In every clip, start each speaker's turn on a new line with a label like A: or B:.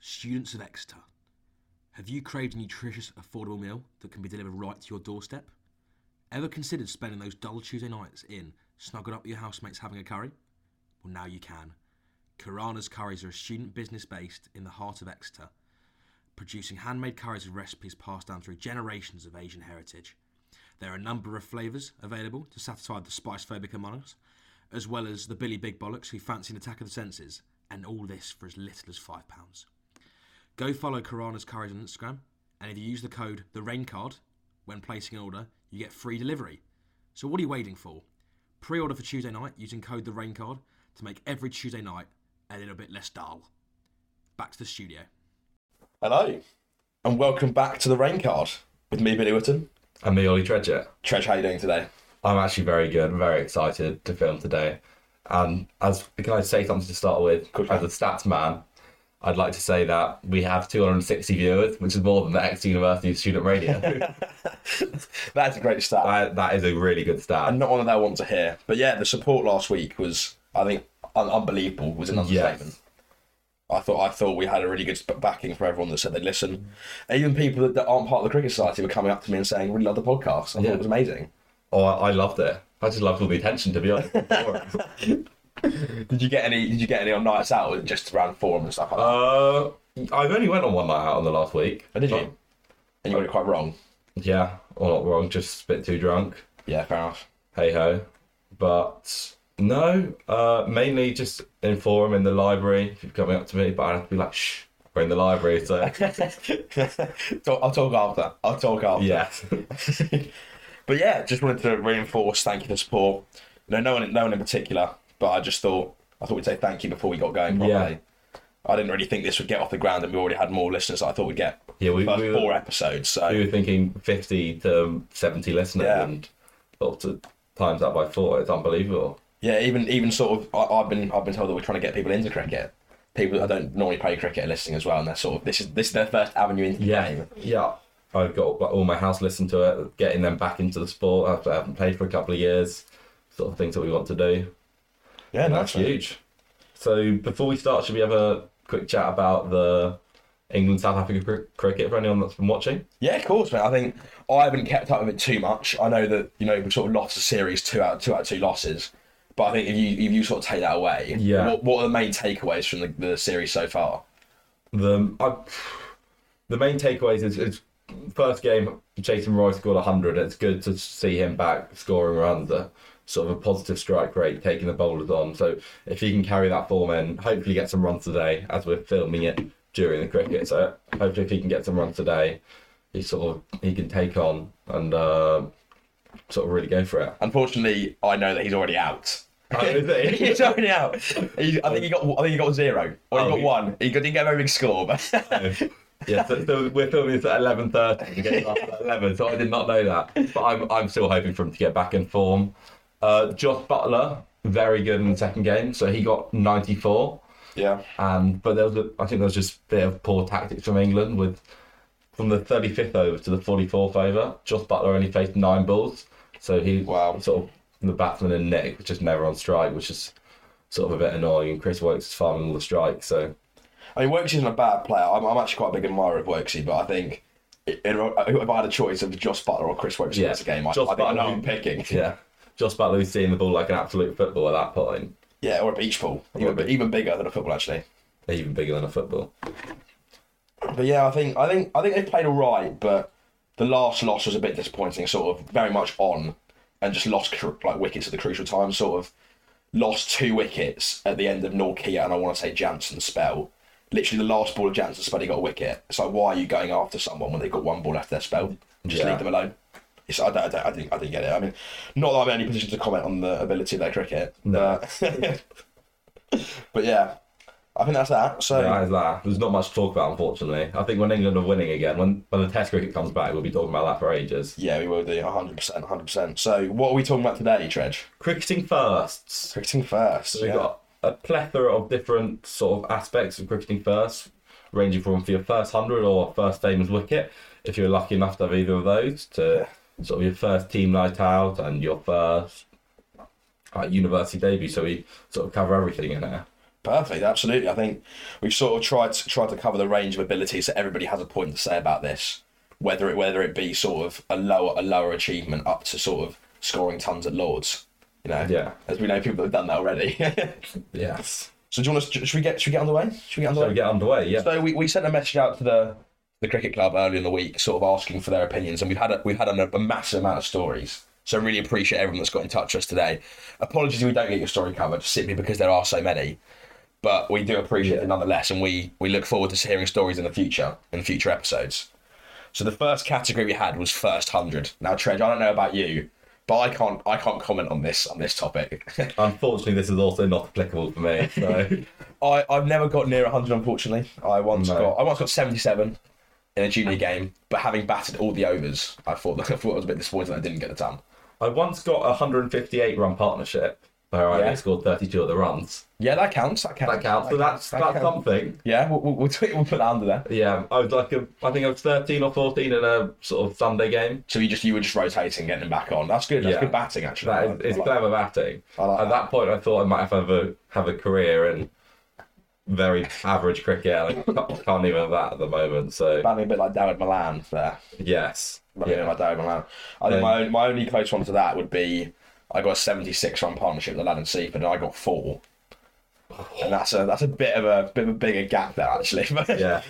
A: Students of Exeter, have you craved a nutritious, affordable meal that can be delivered right to your doorstep? Ever considered spending those dull Tuesday nights in, snuggling up with your housemates having a curry? Well, now you can. Karana's Curries are a student business based in the heart of Exeter, producing handmade curries with recipes passed down through generations of Asian heritage. There are a number of flavours available to satisfy the spice phobic among us, as well as the Billy Big Bollocks who fancy an attack of the senses, and all this for as little as £5. Go follow Karana's Curries on Instagram, and if you use the code the RAINCARD when placing an order, you get free delivery. So what are you waiting for? Pre-order for Tuesday night using code the RAINCARD to make every Tuesday night a little bit less dull. Back to the studio. Hello, and welcome back to the RAINCARD with me, Billy Whitton.
B: And me, Ollie Dredger.
A: Trej, how are you doing today?
B: I'm actually very good. I'm very excited to film today. And as can I say something to start with?
A: Good
B: As a stats man, I'd like to say that we have 260 viewers, which is more than the Exeter University student radio.
A: That's a great start.
B: I, that is a really good
A: and
B: stat.
A: not one that I want to hear. But yeah, the support last week was, I think, un- unbelievable. Was an
B: Yes.
A: understatement. I thought I thought we had a really good sp- backing for everyone that said they'd listen. And even people that, that aren't part of the cricket society were coming up to me and saying, "Really love the podcast." I thought
B: Yeah.
A: it was amazing.
B: Oh, I, I loved it. I just loved all the attention, to be honest.
A: Did you get any? Did you get any on nights out or just around forum and stuff like that?
B: uh, I've only went on one night out on the last week.
A: Or Oh, did you? And you got it quite wrong.
B: Yeah, or not wrong, just a bit too drunk.
A: Yeah, fair enough.
B: hey ho. But no, uh, mainly just in forum in the library. If you're coming up to me, but I have to be like, shh, we're in the library. So
A: So I'll talk after. I'll talk after.
B: yeah,
A: but yeah, just wanted to reinforce thank you for support. You know, no one, no one in particular, but I just thought I thought we'd say thank you before we got going properly.
B: Yeah.
A: I didn't really think this would get off the ground, and we already had more listeners than I thought we'd get.
B: Yeah, we-
A: first
B: we were-
A: four episodes. So
B: we were thinking 50 to 70 listeners,
A: Yeah.
B: and thought to times that by four. It's unbelievable.
A: yeah, even even sort of I, I've been I've been told that we're trying to get people into cricket. People that don't normally play cricket are listening as well, and they're sort of this is this is their first avenue into the
B: Yeah,
A: game.
B: yeah. I've got all my house listened to it, getting them back into the sport after I haven't played for a couple of years. Sort of things that we want to do.
A: Yeah,
B: That's huge. So before we start, should we have a quick chat about the England South Africa cr- cricket for anyone that's been watching?
A: Yeah, of course, man. I think I haven't kept up with it too much. I know that you know we've sort of lost a series two out two out of two losses, but I think if you if you sort of take that away,
B: Yeah.
A: What, what are the main takeaways from the, the series so far?
B: The I, the main takeaways is, is first game Jason Roy scored hundred. It's good to see him back scoring runs. A, sort of a positive strike rate, taking the bowlers on. So if he can carry that form in, hopefully get some runs today as we're filming it during the cricket. So hopefully if he can get some runs today, he sort of he can take on and uh, sort of really go for it.
A: Unfortunately, I know that he's already out.
B: Oh, is he?
A: he's already out. He, I think he got I think he got zero or he
B: Oh,
A: got
B: he-
A: one. He got, didn't get a very big score, but
B: yeah, so, so we're filming this at eleven thirty. The game's after at eleven, so I did not know that. But I'm I'm still hoping for him to get back in form. Uh, Josh Butler, very good in the second game, so he got ninety four.
A: yeah,
B: And but there was a, I think there was just a bit of poor tactics from England with from the thirty fifth over to the forty fourth over. Josh Butler only faced nine balls, so he
A: Wow.
B: sort of the batsman and Nick was just never on strike, which is sort of a bit annoying. And Chris Wokes is farming all the strikes, so
A: I mean, Wokes isn't a bad player. I'm, I'm actually quite a big admirer of Wokesy, but I think. If if I had a choice of Josh Butler or Chris Wokes in
B: Yeah.
A: this game, I, I
B: Josh
A: think I know
B: Butler.
A: who I'm picking.
B: Yeah. Josh Butler was seeing the ball like an absolute football at that point,
A: Yeah, or a beach ball. Even,
B: beach-
A: even bigger than a football, actually.
B: even bigger than a football.
A: But yeah, I think I think I think they played all right, but the last loss was a bit disappointing. Sort of very much on, and just lost cru- like wickets at the crucial time. Sort of lost two wickets at the end of Norkia and I want to say Jansen's spell. Literally, the last ball of Jansen's spell, he got a wicket. It's like, why are you going after someone when they've got one ball left of their spell? Just
B: Yeah.
A: leave them alone. It's, I, don't, I, don't, I, didn't, I didn't get it. I mean, not that I'm in any position to comment on the ability of their cricket.
B: No.
A: But, but yeah, I think that's that. So
B: That is that. There's not much to talk about, unfortunately. I think when England are winning again, when, when the Test cricket comes back, we'll be talking about that for ages.
A: Yeah, we will do 100%, 100%. So, what are we talking about today, Tredge?
B: Cricketing firsts.
A: Cricketing first.
B: So we've got a plethora of different sort of aspects of cricketing first, ranging from for your first hundred or first famous wicket, if you're lucky enough to have either of those, to sort of your first team night out and your first uh, university debut. So we sort of cover everything in there.
A: Perfect, absolutely. I think we've sort of tried to, tried to cover the range of abilities that everybody has a point to say about this, whether it whether it be sort of a lower a lower achievement up to sort of scoring tons at Lords. You know,
B: Yeah.
A: As we know, people that have done that already.
B: Yes.
A: so do you want us? Should we get? Should we get on the way? Should we get on the
B: So
A: way?
B: we get underway. Yeah.
A: So we, we sent a message out to the the cricket club earlier in the week, sort of asking for their opinions, and we've had a, we've had a, a massive amount of stories. So I really appreciate everyone that's got in touch with us today. Apologies if we don't get your story covered, simply because there are so many, but we do appreciate it nonetheless, and we we look forward to hearing stories in the future in future episodes. So the first category we had was first hundred. Now, Treg, I don't know about you, but I can't I can't comment on this on this topic.
B: Unfortunately, this is also not applicable for me. So
A: I, I've never got near 100, unfortunately. I once
B: No.
A: got I once got 77 in a junior game, but having batted all the overs, I thought I thought I was a bit disappointed that I didn't get the ton.
B: I once got a 158 run partnership where I
A: Yeah.
B: scored 32 of the runs.
A: Yeah, that counts. That counts.
B: That counts. So that's
A: that
B: that's
A: counts.
B: something.
A: Yeah, we'll, we'll, we'll, tweet- we'll put that under there.
B: Yeah, I was like a, I think I was 13 or 14 in a sort of Sunday game.
A: So you just you were just rotating, getting them back on. That's good. That's
B: Yeah.
A: good batting, actually.
B: That
A: I-
B: is, it's
A: I like-
B: clever batting.
A: I like
B: At
A: that.
B: that point, I thought I might have a have a career in very average cricket. and I can't, can't even have that at the moment. So
A: Batting a bit like David Milan there.
B: yes,
A: But, you know,
B: yeah,
A: like David Milan. I think my, my only close one to that would be I got a 76 run partnership with Aladdin Seaford and I got four. And that's a that's a bit of a bit of a bigger gap there actually. But
B: Oh. yeah.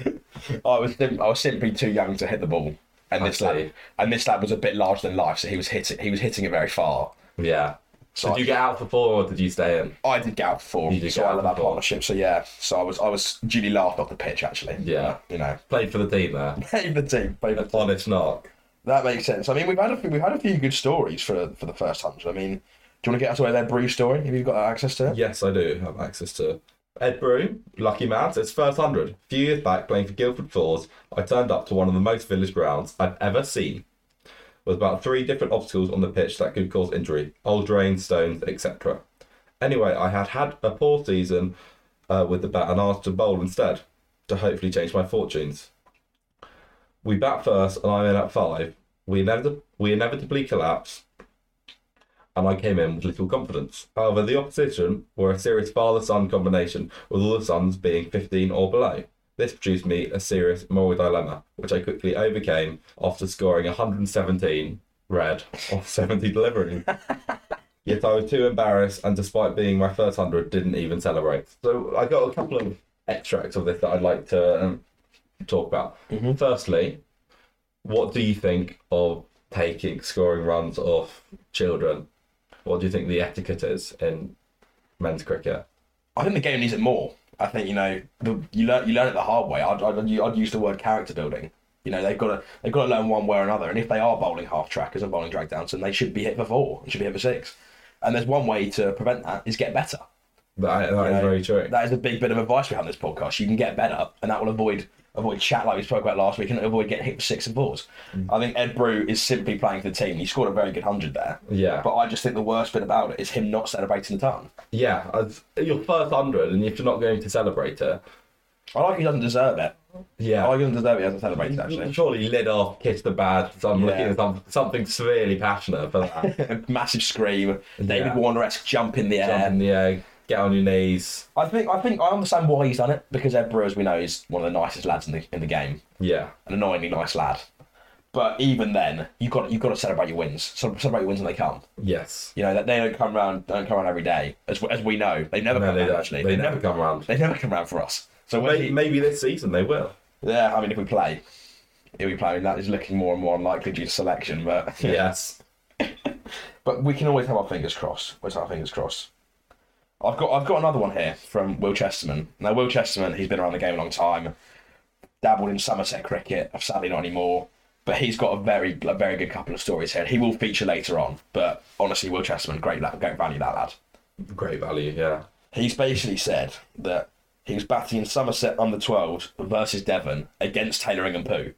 A: I was sim- I was simply too young to hit the ball. And
B: I
A: this lad
B: see.
A: and this lad was a bit larger than life, so he was hitting he was hitting it very far.
B: Yeah.
A: So
B: did
A: I-
B: you get out for four or did you stay in?
A: I did get out for
B: You did
A: so
B: get
A: I
B: out
A: led that
B: for four.
A: partnership. So yeah, so I was I was duly laughed off the pitch actually.
B: Yeah.
A: you know,
B: Played for the team there.
A: played the team, played the team.
B: Honest knock.
A: That makes sense. I mean, we've had a few, we've had a few good stories for for the first hundred. I mean, do you want to get us away with their brew story? Have you got access to it?
B: Yes, I do have access to Ed Brew, Lucky Mads. It's first hundred. A few years back, playing for Guildford Fours, I turned up to one of the most village grounds I've ever seen. With about three different obstacles on the pitch that could cause injury, old drains, stones, etc. Anyway, I had had a poor season uh, with the bat and asked to bowl instead to hopefully change my fortunes. We bat first, and I'm in at five. We inevitably, we inevitably collapse, and I came in with little confidence. However, the opposition were a serious father son combination, with all the sons being 15 or below. This produced me a serious moral dilemma, which I quickly overcame after scoring 117 red off 70 deliveries. Yet I was too embarrassed, and despite being my first 100, didn't even celebrate. So I got a couple of extracts of this that I'd like to um, talk about. Firstly, what do you think of taking scoring runs off children? What do you think the etiquette is in men's cricket?
A: I think the game needs it more. I think you know the, you learn you learn it the hard way. I'd, I'd, I'd use the word character building. You know they've got to they've got to learn one way or another. And if they are bowling half trackers and bowling drag downs, then they should be hit for four and should be hit for six. And there's one way to prevent that is get better.
B: That, that is very true.
A: That is a big bit of advice we have on this podcast. You can get better, and that will avoid avoid chat like we spoke about last week, and avoid getting hit for six and fours.
B: Mm.
A: I think Ed Brew is simply playing for the team. He scored a very good hundred there.
B: Yeah.
A: But I just think the worst bit about it is him not celebrating the ton.
B: yeah, as- your first 100, and if you're not going to celebrate it,
A: I like he doesn't deserve it. I
B: yeah.
A: like he doesn't deserve it. He hasn't celebrated Oh, actually.
B: Surely lid off, kiss the bad. So I'm looking
A: Yeah.
B: at some, something severely passionate for that.
A: Massive scream. David
B: Yeah.
A: Warner-esque jump in the air.
B: Jump in the egg, get on your knees.
A: I think I think I understand why he's done it because Ed Brew, as we know, is one of the nicest lads in the in the game.
B: Yeah,
A: an annoyingly nice lad. But even then, you got you got to celebrate your wins. Ce- Celebrate your wins when they come.
B: yes.
A: You know that they don't come round don't come round every day, as as we know. They never
B: No,
A: come
B: they
A: round.
B: don't.
A: Actually,
B: They never come round.
A: They never come round for us. So when
B: Maybe, maybe this season they will.
A: yeah, I mean, if we play, if we play, I mean, that is looking more and more unlikely due to selection. But
B: Yes.
A: but we can always have our fingers crossed. Always have our fingers crossed. I've got I've got another one here from Will Chesterman. Now Will Chesterman, he's been around the game a long time, dabbled in Somerset cricket, sadly not anymore. But he's got a very a very good couple of stories here. He will feature later on. But honestly, Will Chesterman, great la- great value that lad.
B: Great value, yeah.
A: He's basically said that he was batting in Somerset under 12s versus Devon against Taylor Ingham Poo.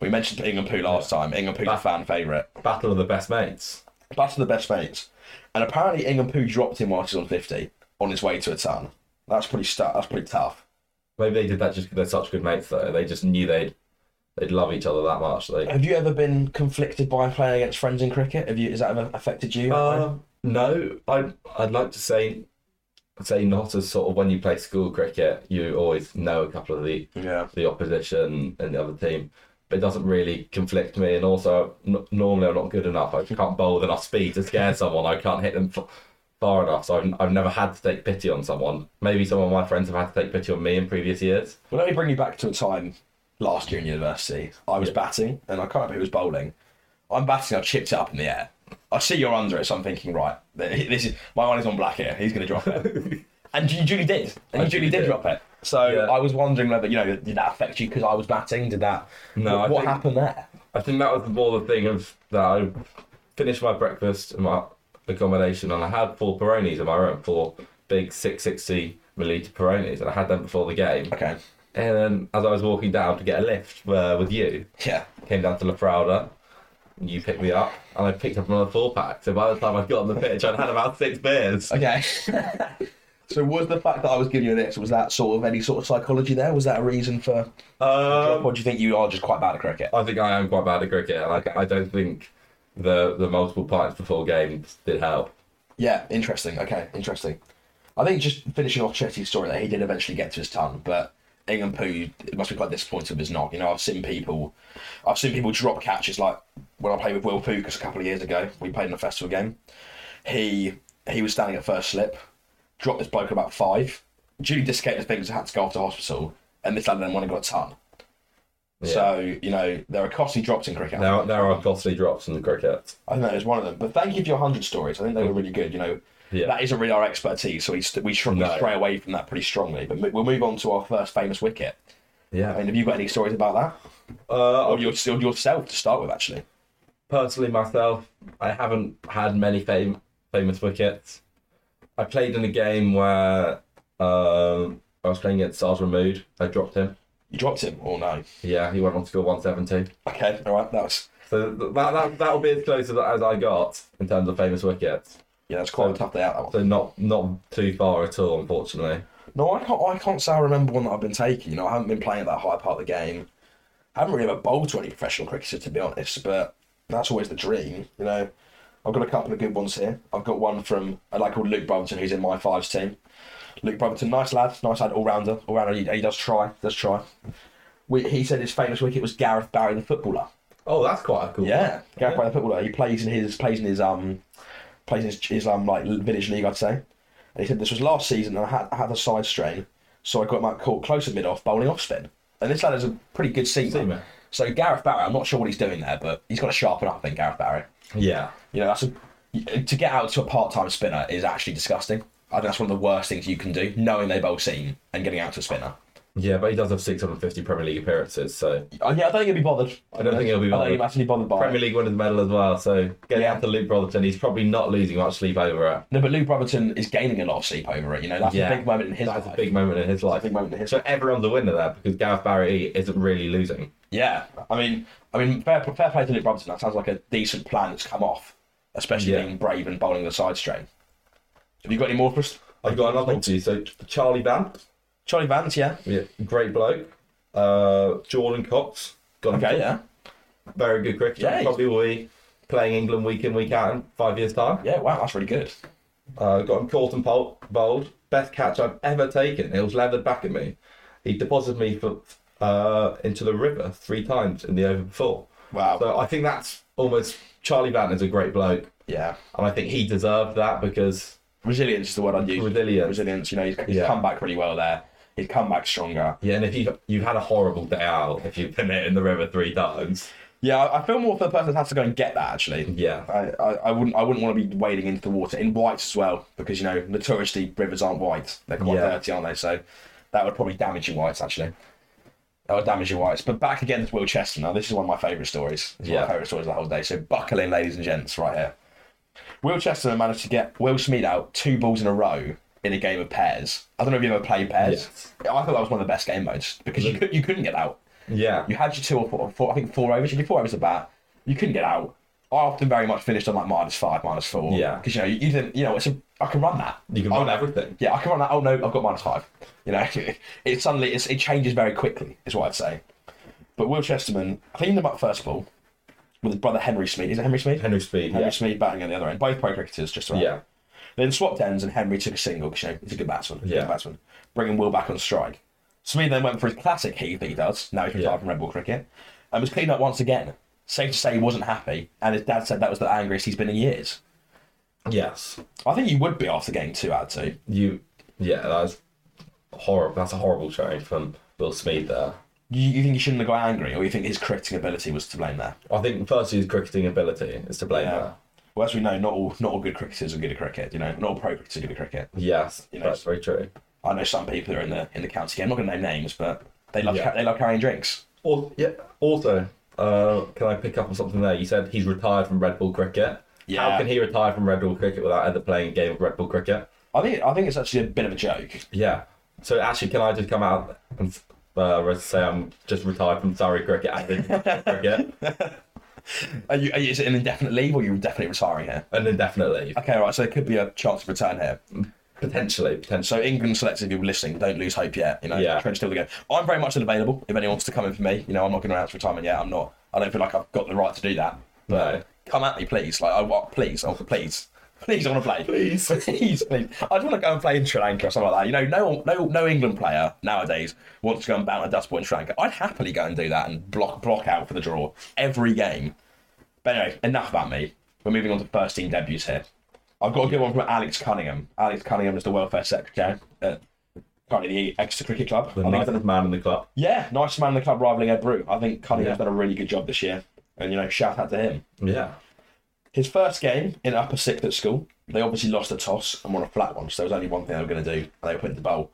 A: We mentioned Ingham Poo last time. Ingham Poo's a fan favourite.
B: Battle of the best mates.
A: That's the best mates. And apparently Ingham Poo dropped him whilst he was on 50 on his way to a ton. That's pretty stu- that's pretty tough.
B: Maybe they did that just because they're such good mates, though. They just knew they'd they'd love each other that much. They.
A: Have you ever been conflicted by playing against friends in cricket? Have you has that ever affected you?
B: Uh, no, I I'd like to say say not as sort of when you play school cricket, you always know a couple of the
A: Yeah.
B: the opposition and the other team. But it doesn't really conflict me, and also n- normally I'm not good enough. I can't bowl with enough speed to scare someone. I can't hit them f- far enough, so I've, I've never had to take pity on someone. Maybe some of my friends have had to take pity on me in previous years.
A: Well, let me bring you back to a time last year in university. I was batting, and I can't remember who was bowling. I'm batting, I've chipped it up in the air. I see you're under it, so I'm thinking, right, th- this is my one is on black here. He's going to drop it. and you duly did. And
B: I
A: you duly
B: duly
A: did
B: did.
A: drop it. So
B: Yeah.
A: I was wondering whether, you know, did that affect you because I was batting? Did that.
B: No,
A: What,
B: I
A: what
B: think-
A: happened there?
B: I think that was more the thing of that I finished my breakfast and my accommodation, and I had four Peronis in my room, four big 660 milliliter Peronis, and I had them before the game.
A: Okay.
B: And then as I was walking down to get a lift uh, with you,
A: Yeah.
B: came down to La Prada, and you picked me up, and I picked up another four pack. So by the time I got on the pitch, I'd had about six beers.
A: Okay. so was the fact that I was giving you this, was that sort of any sort of psychology there? Was that a reason for drop,
B: Um,
A: or do you think you are just quite bad at cricket?
B: I think I am quite bad at cricket, and I, I don't think the the multiple pints before games did help.
A: Yeah, interesting. Okay, interesting. I think just finishing off Chetty's story that he did eventually get to his ton, but Ingham Poo must be quite disappointed if it's not. You know, I've seen people, I've seen people drop catches like when I played with Will Pukas a couple of years ago. We played in a festival game. He he was standing at first slip, dropped this bloke at about five, duly dislocated his fingers and had to go off to hospital, and this lad then won and got a ton.
B: Yeah.
A: So you know there are costly drops in cricket.
B: There, are- there are costly drops in the cricket.
A: I think that is one of them. But thank you for your hundred stories. I think they were really good. You know,
B: Yeah.
A: that isn't really our expertise, so we st- we, shrug,
B: No.
A: we stray away from that pretty strongly. But mo- we'll move on to our first famous wicket. I
B: Yeah.
A: mean, have you got any stories about that,
B: Uh,
A: or your, or yourself to start with, actually?
B: personally myself, I haven't had many fam- famous wickets. I played in a game where um, I was playing against Sars Mahmood. I dropped him.
A: You dropped him, or no?
B: Yeah, he went on to score 170.
A: Okay, all right, that was
B: So th- that, that, that'll be as close as, as I got in terms of famous wickets.
A: yeah, that's
B: uh,
A: quite a tough day out. That one.
B: So not not too far at all, unfortunately.
A: No, I can't. I can't say I remember one that I've been taking. You know, I haven't been playing that high part of the game. I haven't really ever bowled to any professional cricketer, to be honest. But that's always the dream. You know, I've got a couple of good ones here. I've got one from a lad called Luke Brotherton, who's in my fives team. Luke Brotherton, nice lad, nice lad, all rounder, all rounder. He, he does try, does try. We, he said his famous wicket was Gareth Barry, the footballer.
B: Oh, that's quite a cool.
A: Yeah, Gareth Barry, the footballer. He plays in his plays in his um plays in his, his um like village league, I'd say. And he said this was last season, and I had I had a side strain, so I got my caught close to mid off bowling off spin. And this lad is a pretty good seamer.
B: Seamer.
A: So Gareth Barry, I'm not sure what he's doing there, but he's got to sharpen up. I think Gareth Barry.
B: Yeah.
A: You know, that's a, to get out to a part-time spinner is actually disgusting. I think that's one of the worst things you can do, knowing they bowl seam and getting out to a spinner.
B: Yeah, but he does have 650 Premier League appearances, so
A: And yeah, I don't think he'll be bothered.
B: I don't think he'll be
A: I don't think
B: bothered.
A: he'll actually be bothered by it.
B: Premier League won his medal as well. So getting
A: Yeah.
B: out to Luke Brotherton, he's probably not losing much sleep over it.
A: No, but Lou Brotherton is gaining a lot of sleep over it. You know, that's
B: Yeah.
A: a big moment in his
B: That's a
A: life.
B: big moment in his
A: I
B: life.
A: think moment in his.
B: So everyone's a winner there because Gareth Barry isn't really losing.
A: Yeah, I mean, I mean, fair, fair play to Luke Robinson. That sounds like a decent plan that's come off, especially
B: Yeah.
A: being brave and bowling the side strain. Have you got any more for us?
B: I've got another one for you. So Charlie Van,
A: Charlie Vance, yeah.
B: yeah, great bloke. Uh, Jordan Cox, got
A: Okay, yeah,
B: very good cricketer.
A: Yeah, he's-
B: Probably will be playing England week in week out in five years time.
A: yeah. Wow, that's really good.
B: Uh, got him caught and pol- bowled. Best catch I've ever taken. It was leathered back at me. He deposited me for, uh, into the river three times in the over before.
A: Wow.
B: So I think that's almost Charlie Van is a great bloke,
A: yeah,
B: and I think he deserved that because
A: resilience is the word I'd use.
B: Resilience.
A: resilience. You know, he's, he's
B: Yeah.
A: come back really well there. He's come back stronger.
B: Yeah, and if you you've had a horrible day out, if you've been hit in the river three times,
A: Yeah, I, I feel more for the person that has to go and get that actually.
B: yeah,
A: I, I, I wouldn't I wouldn't want to be wading into the water in whites as well because you know notoriously rivers aren't white they're quite
B: Yeah.
A: dirty aren't they so that would probably damage your whites actually that would damage your whites but back again to Will Chester now this is one of my favourite stories it's one
B: Yeah.
A: of my favourite stories of the whole day so buckle in ladies and gents right here Will Chester managed to get Will Smith out two balls in a row in a game of pairs I don't know if you ever played pairs
B: Yes. Mm.
A: I thought that was one of the best game modes because you, could, you couldn't get out
B: yeah,
A: you had your two or four, four I think four overs. You did four overs at bat. You couldn't get out. I often very much finished on like minus five, minus four.
B: Yeah.
A: Because you know you, you didn't. You know it's a, I can run that.
B: You can
A: Oh,
B: run
A: no.
B: everything.
A: Yeah, I can run that. Oh no, I've got minus five. You know, it suddenly it's, it changes very quickly. Is what I'd say. But Will Chesterman cleaned him up first ball with his brother Henry Smead. Is it Henry Smead?
B: Henry Speed,
A: Henry
B: yeah,
A: Smead batting at the other end. Both pro cricketers, just around.
B: yeah,
A: Then swapped ends and Henry took a single because you know, he's a good batsman. he's a
B: Yeah.
A: Good batsman. Bringing Will back on strike. Sweden then went for his classic heave that he does. Now he's retired
B: Yeah.
A: from Red Bull cricket. And was cleaned up once again. Safe to say he wasn't happy. And his dad said that was the angriest he's been in years.
B: Yes.
A: I think you would be after game two out of two.
B: You. Yeah, that's horrible. That's a horrible change from Will Smith there.
A: You, you think he shouldn't have got angry, or you think his cricketing ability was to blame there?
B: I think firstly his cricketing ability is to blame there.
A: Well, as we know, not all not all good cricketers are good at cricket. You know, not all pro cricketers are good at cricket.
B: Yes,
A: You know,
B: that's very true.
A: I know some people who are in the in the county game. I'm not going to name names, but they love
B: Yeah.
A: they love carrying drinks.
B: Or, yeah. Also, uh, can I pick up on something there? You said he's retired from Red Bull cricket.
A: Yeah.
B: How can he retire from Red Bull cricket without ever playing a game of Red Bull cricket?
A: I think I think it's actually a bit of a joke.
B: Yeah. So actually, can I just come out and uh, say I'm just retired from Surrey cricket? I think cricket
A: Are you, are you, is it an indefinite leave, or are you definitely retiring here?
B: and indefinitely,
A: Okay, all right. So there could be a chance of return here.
B: potentially, potentially.
A: So England selected people listening, don't lose hope yet. You know,
B: Yeah.
A: Trent's still to go. I'm very much still available if anyone wants to come in for me. You know, I'm not going to announce retirement yet. I'm not. I don't feel like I've got the right to do that.
B: No.
A: Come at me, please. Like, I want, please, oh, please, please, I want to play.
B: Please.
A: please, please. I just want to go and play in Sri Lanka or something like that. You know, no, no, no England player nowadays wants to go and bat on a dust ball in Sri Lanka. I'd happily go and do that and block block out for the draw every game. But anyway, enough about me. We're moving on to first team debuts here. I've got a good one from Alex Cunningham. Alex Cunningham is the welfare secretary at currently the Exeter Cricket Club.
B: The
A: I think he's done
B: nicest man in the club.
A: yeah, nice man in the club rivaling Ed Brew. I think Cunningham's
B: Yeah.
A: done a really good job this year. And, you know, shout out to him.
B: Yeah.
A: His first game in upper sixth at school, they obviously lost the toss and won a flat one. So there was only one thing they were going to do, and they put in the bowl.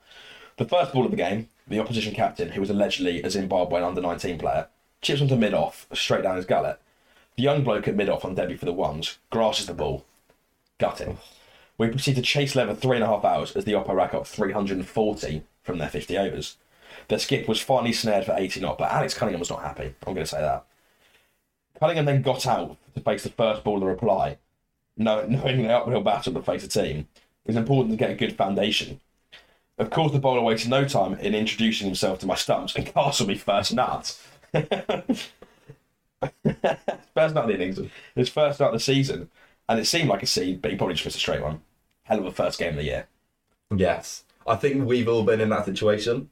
A: The first ball of the game, the opposition captain, who was allegedly a Zimbabwean under 19 player, chips onto mid off, straight down his gullet. The young bloke at mid off on debut for the ones grasses the ball, gutting. We proceed to chase Lever three and a half hours as the Oppo rack up 340 from their 50 overs. Their skip was finally snared for 80 not, but Alex Cunningham was not happy. I'm going to say that. Cunningham then got out to face the first ball of the reply, know- knowing the uphill battle to face a team. It was important to get a good foundation. Of course, the bowler wasted no time in introducing himself to my stumps and castled me first nut. first nut of the innings, his first nut of the season, and it seemed like a seed, but he probably just missed a straight one. Hell of a first game of the year.
B: Yes. I think we've all been in that situation.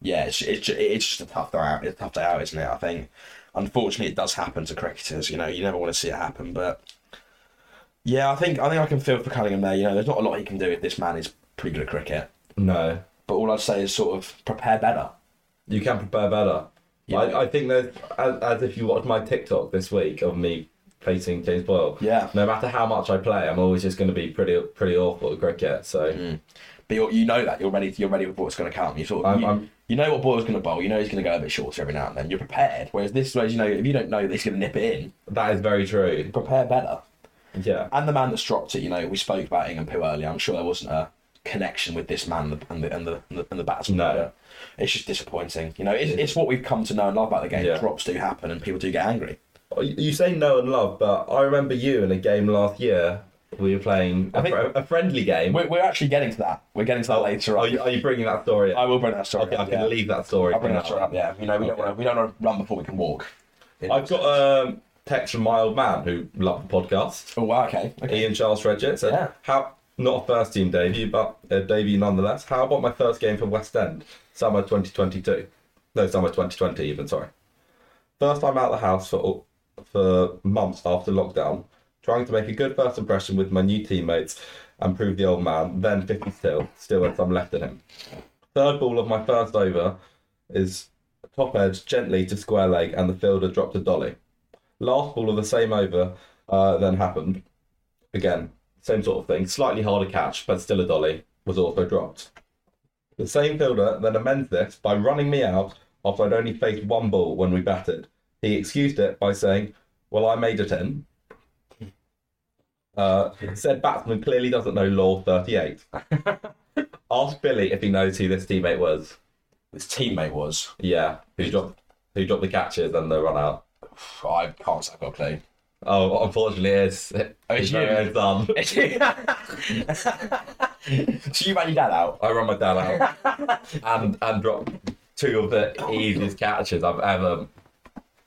A: Yeah, it's it's ju- it's just a tough day out. It's a tough day out, isn't it? I think, unfortunately, it does happen to cricketers. You know, you never want to see it happen, but yeah, I think I think I can feel for Cunningham there. You know, there's not a lot he can do if this man is pretty good at cricket.
B: No.
A: But all I'd say is sort of prepare better.
B: You can prepare better.
A: Yeah.
B: I, I think there's, as, as if you watch my TikTok this week of me facing James Boyle.
A: Yeah.
B: No matter how much I play, I'm always just going to be pretty pretty awful at cricket. So
A: But you're, you know that you're ready. You're ready with what's going to come. You sort of
B: I'm-
A: you,
B: I'm-
A: you know what Boyle's going to bowl. You know he's going to go a bit shorter every now and then. You're prepared. Whereas this, whereas you know, if you don't know that he's going to nip it in,
B: that is very true.
A: prepare better.
B: Yeah.
A: and the man that's dropped it. You know, we spoke about Ingham Poo earlier. I'm sure there wasn't a connection with this man and the and the and the, and the batsman.
B: No.
A: But it's just disappointing. You know, it's, it's what we've come to know and love about the game.
B: Yeah.
A: Drops do happen, and people do get angry.
B: You you say no and love, but I remember you in a game last year. We were playing a,
A: think-
B: fr- a friendly game.
A: We're, we're actually getting to that. We're getting to that later on.
B: Are you, are you bringing that story?
A: I
B: Up?
A: will bring that story.
B: Okay,
A: up,
B: I can
A: yeah.
B: leave that story.
A: I'll bring
B: for
A: that
B: now.
A: story up. Yeah, you know, we don't want to we don't want to run before we can walk. You know,
B: I've got a text from my old man who loved the podcast.
A: Oh wow. Okay. okay.
B: Ian Charles Frederick said,
A: Yeah.
B: "How not a first team debut, but a debut nonetheless. How about my first game for West End, summer 2022? No, summer 2020 even. Sorry. First time out of the house for for months after lockdown, trying to make a good first impression with my new teammates and prove the old man. Then 50 still, still had some left in him. Third ball of my first over is top edge gently to square leg, and the fielder dropped a dolly. Last ball of the same over uh, then happened again, same sort of thing, slightly harder catch, but still a dolly, was also dropped. The same fielder then amends this by running me out after I'd only faced one ball when we batted. He excused it by saying, Well, I made it in. Uh, said batsman clearly doesn't know Law 38. Asked Billy if he knows who this teammate was.
A: His teammate was.
B: Yeah, who dropped who dropped the catches and the run out.
A: I can't say I've got a clue.
B: Oh, unfortunately, it's, it's
A: you.
B: very done.
A: so you ran your dad out.
B: I run my dad out and and drop two of the easiest catches I've ever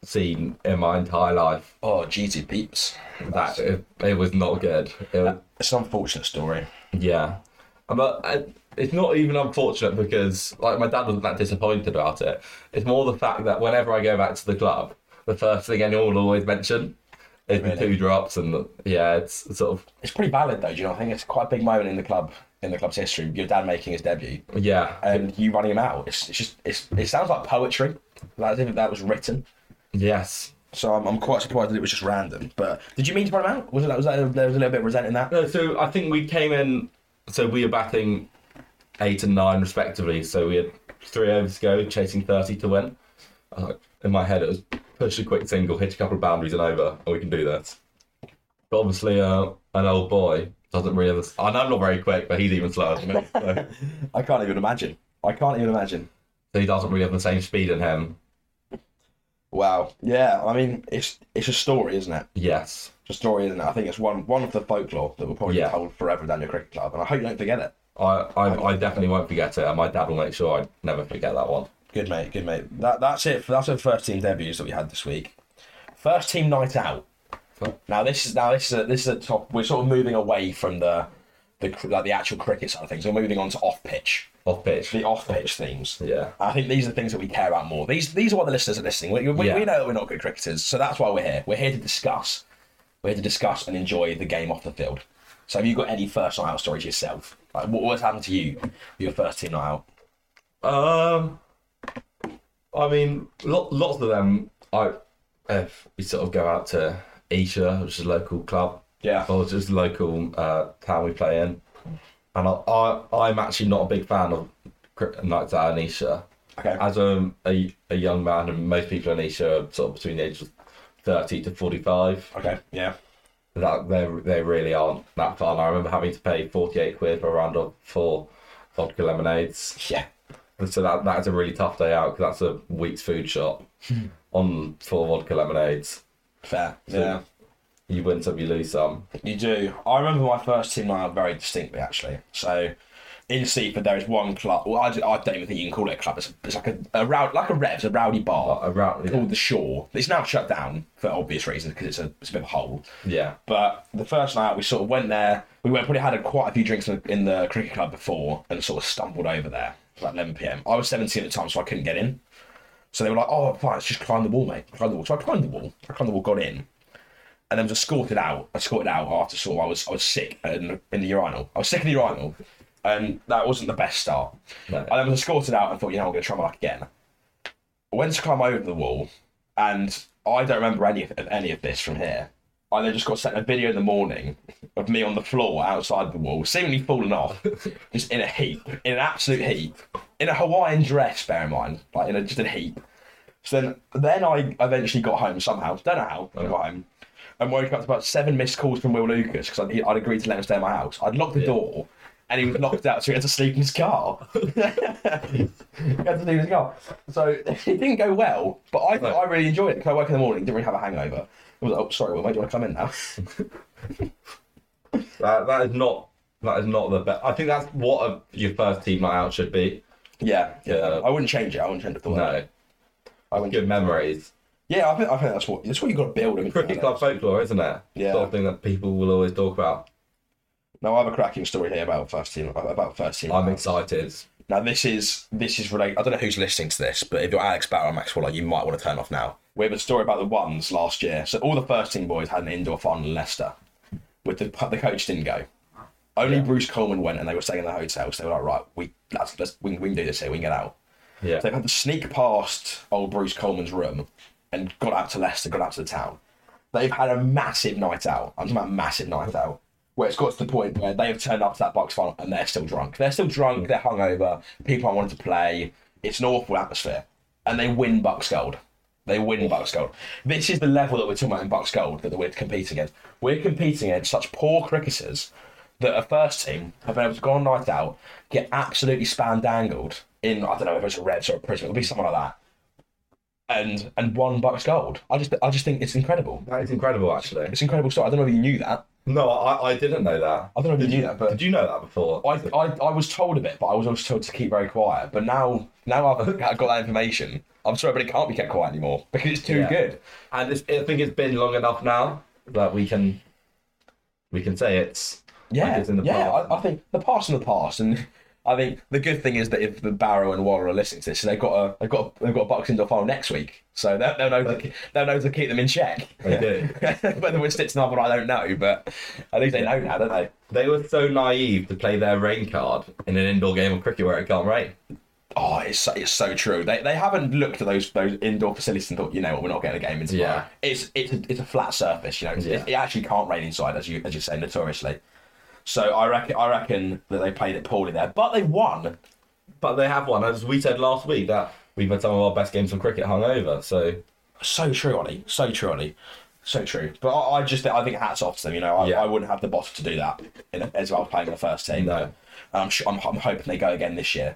B: seen in my entire life.
A: Oh, GT peeps.
B: That it, it was not good. It,
A: It's an unfortunate story.
B: Yeah, and but I, it's not even unfortunate because like my dad wasn't that disappointed about it. It's more the fact that whenever I go back to the club, the first thing anyone will always mention is the
A: Really?
B: two drops, and the, yeah, it's sort of
A: It's pretty valid though. Do you know? I think it's quite a big moment in the club in the club's history. Your dad making his debut
B: yeah,
A: and you running him out. It's, it's just it's, it sounds like poetry. Like as if that was written.
B: yes.
A: So I'm, I'm quite surprised that it was just random. But did you mean to run him out? Was it was that there was a little bit of resent in that?
B: No, so I think we came in. So we were batting eight and nine respectively. So we had three overs to go, chasing thirty to win. I was like, in my head, it was push a quick single, hit a couple of boundaries and over, and we can do this. But obviously, uh, an old boy doesn't really. Have and I'm not very quick, but he's even slower than me. So,
A: I can't even imagine. I can't even imagine.
B: so he doesn't really have the same speed in him.
A: Wow. Yeah. I mean, it's it's a story, isn't it?
B: Yes,
A: It's a story, isn't it? I think it's one one of the folklore that will probably
B: Yeah.
A: be told forever down your cricket club, and I hope you don't forget it.
B: I, I, I definitely won't forget it, and my dad will make sure I never forget that one.
A: Good mate. Good mate. That that's it. That's the first team debuts that we had this week. First team night out. Now this is now this is a, this is a top. We're sort of moving away from the the cr- like the actual cricket side of things. We're moving on to off pitch.
B: Off pitch.
A: the off pitch themes.
B: Yeah.
A: I think these are the things that we care about more. These these are what the listeners are listening. We, we,
B: Yeah.
A: we know that we're not good cricketers, so that's why we're here. We're here to discuss. We're here to discuss and enjoy the game off the field. So have you got any first night out stories yourself? Like what, what's happened to you your first team night out?
B: Um, I mean, lo- lots of them. I if we sort of go out to Isha, which is a local club,
A: Yeah.
B: or just a local uh, town we play in, and I, I I'm actually not a big fan of cri- nights out in Isha.
A: Okay.
B: As um, a a young man, and most people in Isha are sort of between the ages of thirty to forty five.
A: okay. Yeah.
B: That they they really aren't that fun. I remember having to pay forty eight quid for a round of four vodka lemonades.
A: Yeah.
B: So that that's a really tough day out because that's a week's food shop
A: Hmm.
B: on four vodka lemonades.
A: Fair.
B: So
A: yeah.
B: You win some, you lose some.
A: You do. I remember my first team night out very distinctly, actually. So, in Seaford, there is one club. Well, I, d- I don't even think you can call it a club. It's, it's like a, a row, like a revs, a rowdy bar
B: A round,
A: called the Shore. It's now shut down for obvious reasons because it's a, it's a bit of a hole.
B: yeah,
A: But the first night we sort of went there. We went probably had a, quite a few drinks in the, in the cricket club before and sort of stumbled over there at like 11 p.m. I was 17 at the time, so I couldn't get in. So they were like, "Oh, fine, let's just climb the wall, mate. Climb the wall." So I climbed the wall. I climbed the wall, got in, and then was escorted out. Escorted out after sort of I was I was sick in, in the urinal. I was sick in the urinal, and that wasn't the best start.
B: No.
A: And I was escorted out and thought, you know, I'm going to try my luck again. I went to climb over the wall, and I don't remember any of, of any of this from here. I then just got sent a video in the morning of me on the floor outside the wall, seemingly fallen off, just in a heap, in an absolute heap, in a Hawaiian dress. Bear in mind, like in a, just in a heap. So then, then I eventually got home somehow. Don't know how. I got home and woke up to about seven missed calls from Will Lucas because I'd, I'd agreed to let him stay at my house. I'd locked the door and he was knocked out, so he had to sleep in his car. he had to sleep in his car. So it didn't go well, but I, I really enjoyed it because I woke in the morning, didn't really have a hangover. I was like, oh, sorry, Will, mate, do you want to come in now?
B: that, that is not that is not the best. I think that's what a, your first team night out should be.
A: yeah, yeah.
B: Yeah.
A: I wouldn't change it. I wouldn't change it.
B: No,
A: I wouldn't.
B: good memories.
A: Yeah, I think, I think that's what that's what you got to build. I mean,
B: Cricket club folklore, isn't it?
A: Yeah.
B: sort of thing that people will always talk about.
A: Now I have a cracking story here about first team. About first team.
B: I'm excited.
A: Now this is this is related. I don't know who's listening to this, but if you're Alex Barrow and Max Waller, you might want to turn off now. We have a story about the ones last year. So all the first team boys had an indoor final in Leicester, with the the coach didn't go. Only Bruce Coleman went, and they were staying in the hotel. So they were like, right, we let's, let's we, can- we can do this here. We can get out.
B: Yeah,
A: So they had to sneak past old Bruce Coleman's room and got out to Leicester, got out to the town. They've had a massive night out. I'm talking about massive night out. Where it's got to the point where they have turned up to that box final and they're still drunk. They're still drunk, they're hungover, people aren't wanting to play. It's an awful atmosphere. And they win Bucks Gold. They win Bucks Gold. This is the level that we're talking about in Bucks Gold that we're competing against. We're competing against such poor cricketers that a first team have been able to go on night out, get absolutely spandangled in, I don't know, if it's a Revs or a Prism, it'll be someone like that. And and one Bucks Gold. I just I just think it's incredible.
B: that is incredible. Actually,
A: It's an incredible story. I don't know if you knew that.
B: No, I, I didn't know that.
A: I don't know if you knew that, but-
B: did you know that before?
A: I, I, I was told of it, but I was also told to keep very quiet. But now now I've got that information. I'm sorry, but it can't be kept quiet anymore because it's too
B: Yeah.
A: good.
B: and it's, I think it's been long enough now that we can we can say it's
A: Yeah,
B: like it's in the
A: yeah.
B: past.
A: I, I think the past and the past, and I think the good thing is that if the Barrow and Waller are listening to this, they've got a they've got a, they've got a Boxing Day final next week, so they'll, they'll know to, they'll know to keep them in check.
B: They do.
A: Whether we're stitching up or I don't know, but at least they know now, don't they?
B: They were so naive to play their rain card in an indoor game of cricket where it can't rain.
A: Oh, it's so, it's so true. They, they haven't looked at those those indoor facilities and thought, you know what, we're not getting a game in tomorrow.
B: Yeah.
A: It's it's a, it's a flat surface, you know. It's-
B: Yeah.
A: It actually can't rain inside, as you as you say, notoriously. So I reckon I reckon that they played it poorly there, but they won.
B: But they have one, as we said last week, that we've had some of our best games of cricket hungover. So
A: So true, Ollie. So true, Ollie. So true. But I, I just think, I think hats off to them. You know, I,
B: Yeah.
A: I wouldn't have the bottle to do that in, as I was playing in the first team.
B: No.
A: And I'm, sure, I'm I'm hoping they go again this year.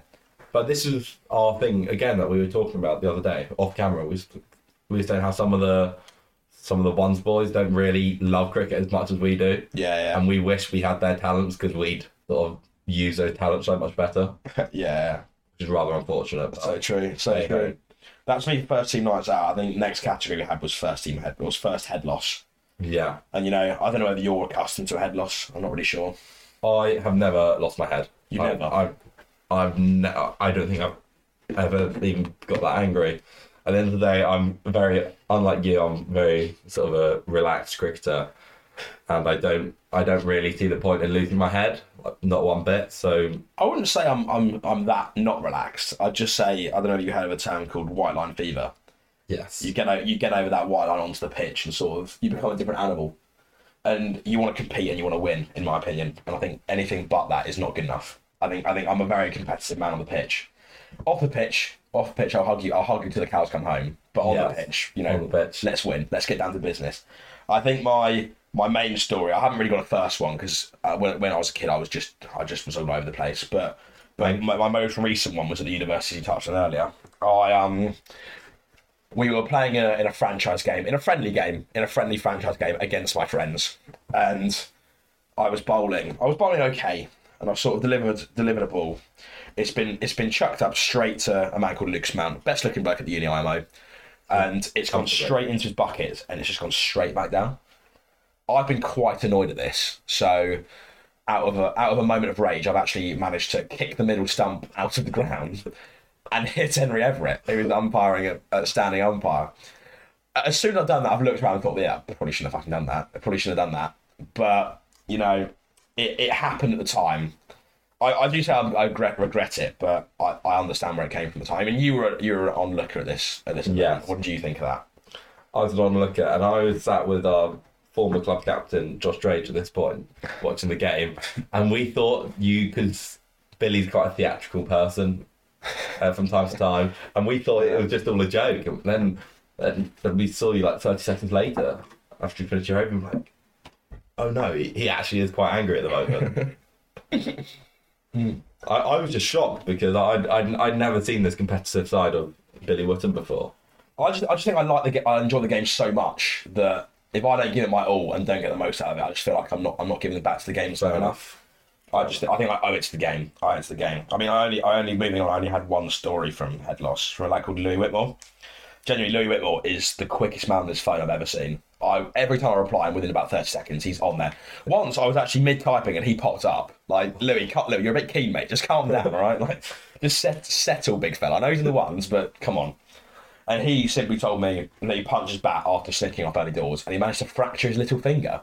B: But this is our thing again that we were talking about the other day off camera. We was, we were saying how some of the some of the ones boys don't really love cricket as much as we do,
A: Yeah,
B: and we wish we had their talents because we'd sort of use those talents so much better, which
A: yeah, Um, yeah.
B: is rather unfortunate. But
A: So true. So
B: Hey,
A: true.
B: hey.
A: That's me first team nights out. I think next category we had was first team head was first head loss.
B: yeah,
A: And you know, I don't know whether you're accustomed to a head loss. I'm not really sure.
B: I have never lost my head.
A: You
B: I,
A: never?
B: I, I've ne- I don't think I've ever even got that angry. At the end of the day, I'm very unlike you. I'm very sort of a relaxed cricketer, and I don't I don't really see the point in losing my head, like, not one bit. So
A: I wouldn't say I'm I'm I'm that not relaxed. I'd just say I don't know if you heard of a term called white line fever.
B: yes,
A: you get o you get over that white line onto the pitch and sort of you become a different animal and you want to compete and you want to win in my opinion and i think anything but that is not good enough i think i think i'm a very competitive man on the pitch off the pitch off the pitch i'll hug you i'll hug you till the cows come home but on the
B: Yes.
A: pitch you know
B: On the pitch.
A: let's win let's get down to business i think my my main story i haven't really got a first one because when, when i was a kid i was just i just was all over the place but but my, my most recent one was at the university you touched on earlier i um we were playing in a, in a franchise game, in a friendly game, in a friendly franchise game against my friends, and I was bowling. I was bowling okay, and I've sort of delivered delivered a ball. It's been it's been chucked up straight to a man called Luke Mount, best looking bloke at the uni IMO, and it's gone straight into his bucket, and it's just gone straight back down. I've been quite annoyed at this, so out of a out of a moment of rage, I've actually managed to kick the middle stump out of the ground and hit Henry Everett, who was umpiring at, at standing umpire. As soon as I've done that, I've looked around and thought, yeah, I probably shouldn't have fucking done that. I probably shouldn't have done that. But you know, it, it happened at the time. I, I do say I, I regret, regret it, but I, I understand where it came from at the time. And you were you were an onlooker at this at this. event.
B: Yes.
A: What do you think of that?
B: I was an onlooker, and I was sat with our former club captain Josh Drage at this point, watching the game, and we thought you could. Billy's quite a theatrical person uh, from time to time, and we thought it was just all a joke. And then, then, then we saw you like thirty seconds later after you finished your open, like, oh no, he, he actually is quite angry at the moment. Hmm. I, I was just shocked because I'd, I'd, I'd never seen this competitive side of Billy Whitton before.
A: I just, I just think I like the game. I enjoy the game so much that if I don't give it my all and don't get the most out of it, I just feel like I'm not, I'm not giving it back to the game so enough. I just, I think I owe it to the game. I owe it to the game. I mean, I only, I only moving on. I only had one story from head loss from a lad called Louis Whitmore. Genuinely, Louis Whitmore is the quickest man on his phone I've ever seen. I every time I reply, and within about thirty seconds, he's on there. Once I was actually mid typing and he popped up. Like Louis, cut Louis, you're a bit keen, mate. Just calm down, all right? Like just set, settle, big fella. I know he's in the ones, but come on. And he simply told me that he punched his bat after sneaking off early doors and he managed to fracture his little finger.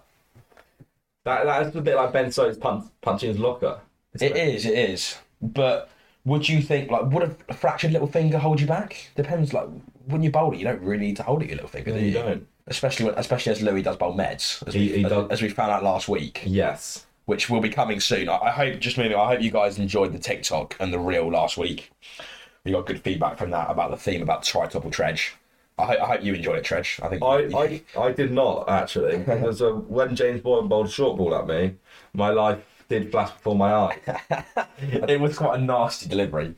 B: That that's a bit like Ben Stokes punch, punching his locker.
A: It is, it is. But would you think, like, would a, a fractured little finger hold you back? Depends, like, when you bowl it, you don't really need to hold it, your little finger, do
B: you
A: you?
B: don't.
A: Especially, when, especially as Louis does bowl meds, as,
B: He-
A: we,
B: he
A: as,
B: does-
A: as we found out last week,
B: Yes.
A: which will be coming soon. I, I hope, just moving, I hope you guys enjoyed the TikTok and the reel last week. We got good feedback from that about the theme about tri-topple Tredge. I, ho- I hope you enjoyed it, Tredge. I think
B: I, I, I did not actually. Because uh, when James Boyne bowled a short ball at me, my life did flash before my eyes.
A: it was quite a nasty delivery.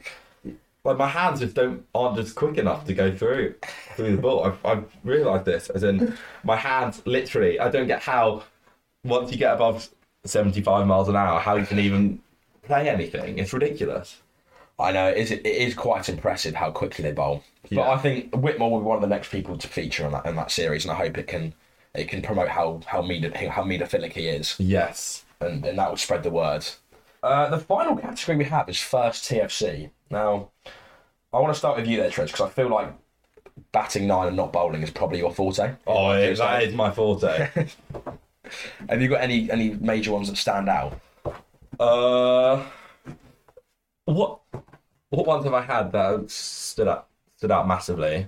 B: Like my hands just don't aren't just quick enough to go through through the ball. I've, I've realised this as in my hands literally. I don't get how once you get above 75 miles an hour, how you can even play anything? It's ridiculous.
A: I know it is, it is quite impressive how quickly they bowl. But
B: Yeah.
A: I think Whitmore will be one of the next people to feature on that in that series, and I hope it can it can promote how how media how medophilic he is,
B: Yes.
A: and, and that will spread the word. Uh, the final category we have is first TFC. Now, I want to start with you there, Trent, because I feel like batting nine and not bowling is probably your forte.
B: Oh, it, that is my forte.
A: Have you got any any major ones that stand out?
B: Uh, what what ones have I had that have stood out stood out massively?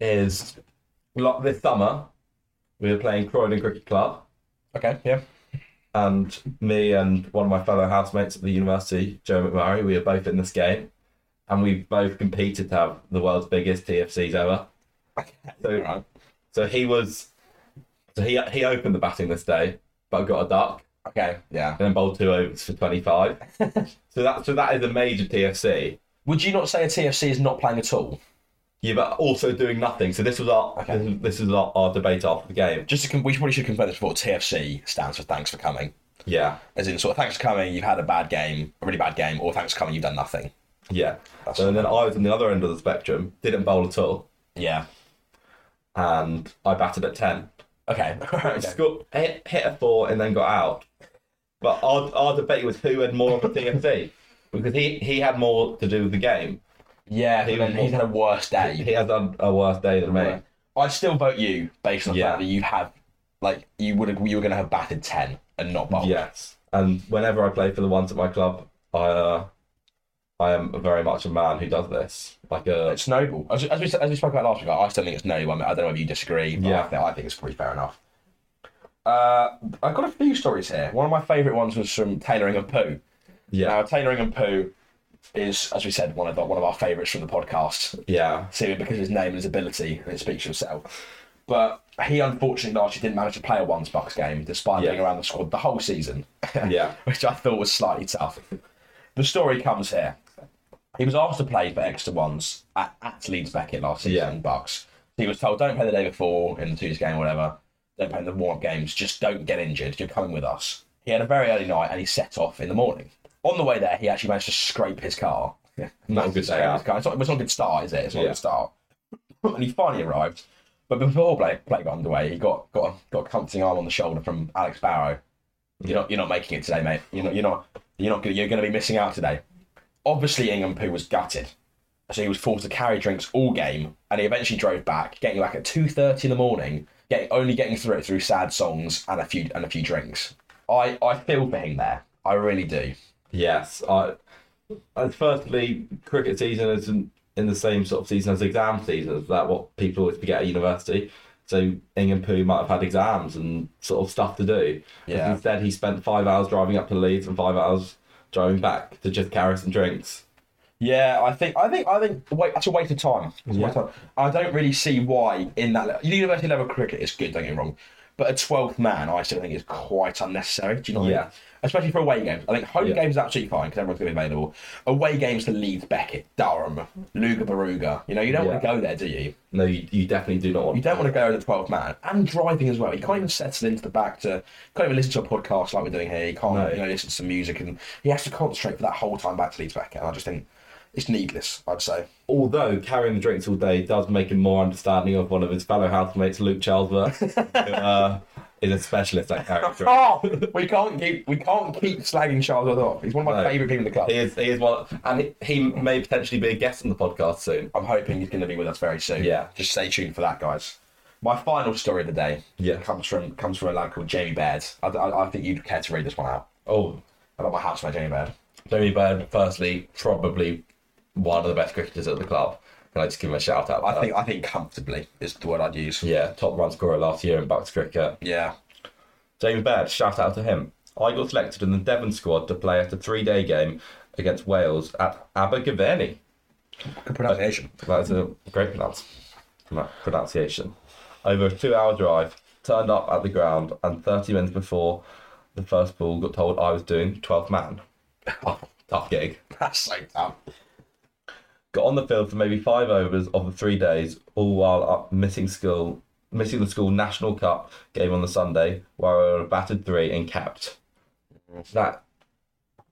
B: Is like this summer we were playing Croydon Cricket Club,
A: Okay, yeah.
B: and me and one of my fellow housemates at the university, Joe McMurray, we were both in this game, and we both competed to have the world's biggest TFCs ever.
A: Okay.
B: So
A: Alright.
B: so he was, so he he opened the batting this day, but got a duck.
A: Okay, yeah.
B: and then bowled two overs for 25. so that so that is a major TFC.
A: Would you not say a TFC is not playing at all?
B: Yeah, but also doing nothing. So this was our
A: Okay.
B: this, this is our, our debate after the game.
A: Just to, con- we probably should confirm this before TFC stands for thanks for coming.
B: Yeah,
A: As in, sort of, thanks for coming, you've had a bad game, a really bad game, or thanks for coming, you've done nothing.
B: yeah.
A: That's-
B: So then I was on the other end of the spectrum, didn't bowl at all,
A: Yeah.
B: and I batted at 10.
A: Okay. okay.
B: Scored, hit, hit a four and then got out. But our, our debate was who had more of a TFC because he, he had more to do with the game.
A: Yeah, but then he's had a worse day.
B: He has done a worse day than me.
A: I'd still vote you based on the
B: Yeah.
A: fact that you have, like, you would have, you were going to have batted 10 and not bowled.
B: Yes, and whenever I play for the ones at my club, I uh, I am very much a man who does this. Like a
A: It's noble. As, as, we, as we spoke about last week, I still think it's noble. I, mean, I don't know if you disagree, but I,
B: Yeah.
A: think, I think it's pretty fair enough. Uh, I've got a few stories here. One of my favourite ones was from Tailoring and Pooh.
B: yeah,
A: Now, Tailoring and Pooh is, as we said, one of the, one of our favourites from the podcast.
B: yeah,
A: Simply because of his name and his ability, and it speaks for itself. But he unfortunately last year didn't manage to play a ones box game, despite
B: Yeah.
A: being around the squad the whole season,
B: yeah,
A: which I thought was slightly tough. The story comes here. He was asked to play for extra ones at, at Leeds Beckett last season,
B: Yeah.
A: Bucks. He was told, don't play the day before in the Tuesday game or whatever. Don't play in the warm up games. Just don't get injured. You're coming with us. He had a very early night and he set off in the morning. On the way there, he actually managed to scrape his car.
B: Not a good
A: Scrape
B: start.
A: his car. It's not, it's not a good start, is it? It's not a
B: Yeah.
A: good start. and he finally arrived. But before play, play got underway, he got, got, got a comforting arm on the shoulder from Alex Barrow. You're not, you're not making it today, mate. You're not, you're not, you're not, gonna- you're going to be missing out today. Obviously, Ingham Poo was gutted so he was forced to carry drinks all game, and he eventually drove back, getting back at two thirty in the morning, getting only getting through it through sad songs and a few and a few drinks. I I feel for him there, I really do.
B: yes. I, and firstly, cricket season isn't in the same sort of season as exam season. Is that what people always forget at university? So Ingham Poo might have had exams and sort of stuff to do.
A: Yeah.
B: Instead, he spent five hours driving up to Leeds and five hours driving back to just carry some drinks.
A: Yeah, I think I think I think wait, that's a waste of time. It's a waste of time. I don't really see why in that le- university level cricket is good. Don't get me wrong, but a twelfth man I still think is quite unnecessary. Do you know? what I mean?
B: Yeah.
A: Especially for away games, I think home
B: Yeah.
A: games is absolutely fine because everyone's going to be available. Away games to Leeds, Beckett, Durham, Luga Baruga. You know, you don't want to
B: Yeah.
A: go there, do you?
B: No, you, you definitely do not want.
A: You don't want to go as a 12th man. And driving as well. You can't even settle into the back to, you can't even listen to a podcast like we're doing here. You can't
B: No.
A: you know, listen to some music. And he has to concentrate for that whole time back to Leeds back. And I just think it's needless, I'd say.
B: although carrying the drinks all day does make him more understanding of one of his fellow housemates, Luke Charlesworth, who uh, is a specialist at carrying drinks.
A: Oh, we can't keep we can't keep slagging Charles off. He's one of my
B: No.
A: favourite people in the club.
B: He is, he is one, and he, he may potentially be a guest on the podcast soon.
A: I'm hoping he's going to be with us very soon.
B: Yeah.
A: Just stay tuned for that, guys. My final story of the day
B: Yeah.
A: comes from comes from a lad called Jamie Baird. I, I, I think you'd care to read this one out
B: Oh,
A: about my housemate Jamie Baird.
B: Jamie Byrne, firstly, probably one of the best cricketers at the club. Can I just give him a shout out?
A: I think I think comfortably is the word I'd use.
B: Uh, yeah, top run scorer last year in Bucks cricket.
A: Yeah.
B: James Baird, shout out to him. I got selected in the Devon squad to play at a three-day game against Wales at Abergavenny.
A: Good pronunciation.
B: That's a great pronounce, no, pronunciation. Over a two hour drive, turned up at the ground, and 30 minutes before the first ball, got told I was doing 12th man. Tough gig.
A: That's so dumb.
B: Got on the field for maybe five overs of the three days, all while up missing school Missing the school National Cup game on the Sunday, where we were battered three and capped. That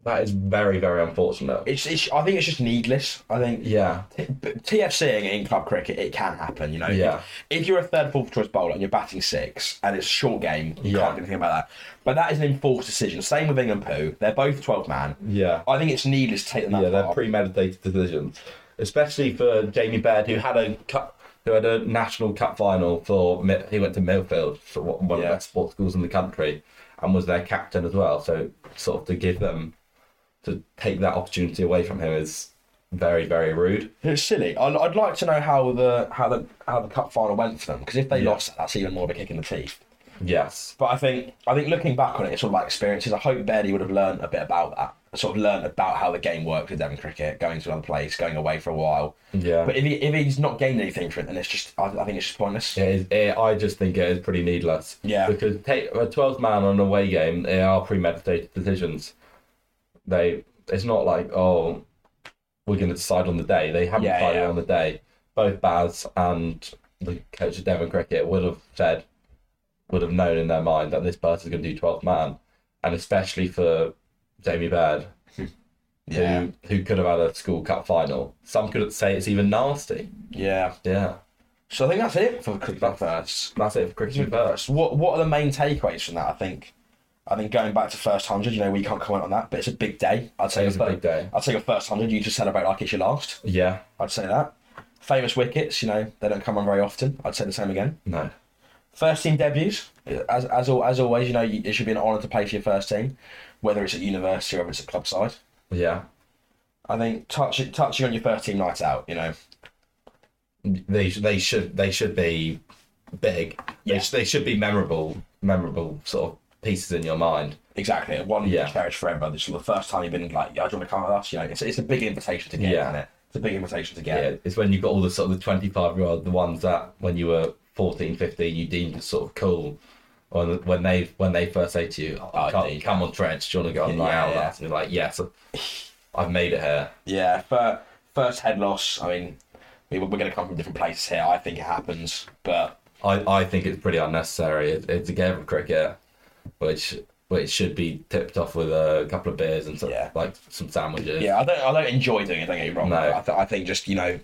B: that is very very unfortunate.
A: It's, it's I think it's just needless. I think
B: Yeah,
A: But TFCing in club cricket, it can happen, you know.
B: Yeah.
A: If you're a third, fourth choice bowler and you're batting six and it's short game, you
B: Yeah.
A: can't do anything about that. But that is an enforced decision. Same with England Pooh. They're both 12 man.
B: yeah.
A: I think it's needless to take them that
B: yeah,
A: far.
B: they're premeditated decisions, especially for Jamie Baird, who had a cup, who had a national cup final for. Mi- He went to Millfield for one of the
A: Yeah.
B: best sports schools in the country, and was their captain as well. So, sort of to give them to take that opportunity away from him is very, very rude.
A: It's silly. I'd, I'd like to know how the how the how the cup final went for them because if they
B: Yeah.
A: lost, that's even more of a kick in the teeth.
B: Yes,
A: But I think I think looking back on it, it's all about experiences. I hope Bairdy would have learned a bit about that, sort of learned about how the game works with Devon cricket, going to another place, going away for a while.
B: Yeah.
A: But if, he, if he's not gained anything from it, then it's just I, I think it's just pointless.
B: it is, it, I just think it is pretty needless.
A: Yeah.
B: because take a twelfth man on an away game. They are premeditated decisions. They. It's not like oh, we're going to decide on the day. They haven't
A: Yeah,
B: decided
A: yeah.
B: on the day. Both Baz and the coach of Devon Cricket would have said, would have known in their mind that this person's going to do twelfth man, and especially for Jamie Baird,
A: Yeah.
B: who who could have had a school cup final. Some could say it's even nasty.
A: Yeah.
B: Yeah,
A: So I think that's it for cricket Club first.
B: that's it for cricket first.
A: What what are the main takeaways from that? I think I think going back to first hundred, you know, we can't comment on that, but it's a big day. I'd say
B: It is a big day.
A: I'd say your first hundred, you just celebrate like it's your last.
B: Yeah,
A: I'd say that. Famous wickets, you know, they don't come on very often. I'd say the same again.
B: no.
A: First team debuts, as as al- as always, you know, you- it should be an honour to play for your first team, whether it's at university or whether it's at club side.
B: Yeah.
A: I think touch, touching on your first team night out, you know,
B: they they should they should be big. They,
A: Yeah.
B: sh- they should be memorable memorable sort of pieces in your mind.
A: Exactly, one yeah.
B: Yeah.
A: cherished forever. This is the first time you've been like, "Yeah, do you want to come with us?" You know, it's, it's a big invitation to get,
B: Yeah.
A: isn't it? It's a big invitation to get.
B: Yeah, it's when you've got all the sort of the 25 year old the ones that when you were 14, 15 you deemed as sort of cool. Or when they when they first say to you, oh,
A: Oh,
B: come,
A: indeed.
B: come on, trench, do you want to go on
A: Yeah,
B: night
A: yeah.
B: out with us? And you're like, yes, I've made it here.
A: Yeah, but first head loss. I mean, we, we're going to come from different places here. I think it happens, but
B: I, I think it's pretty unnecessary. It, it's a game of cricket, which which should be tipped off with a couple of beers and some,
A: Yeah.
B: like some sandwiches.
A: yeah, I don't. I don't enjoy doing it. Don't get me wrong.
B: No.
A: but I, th- I think just you know,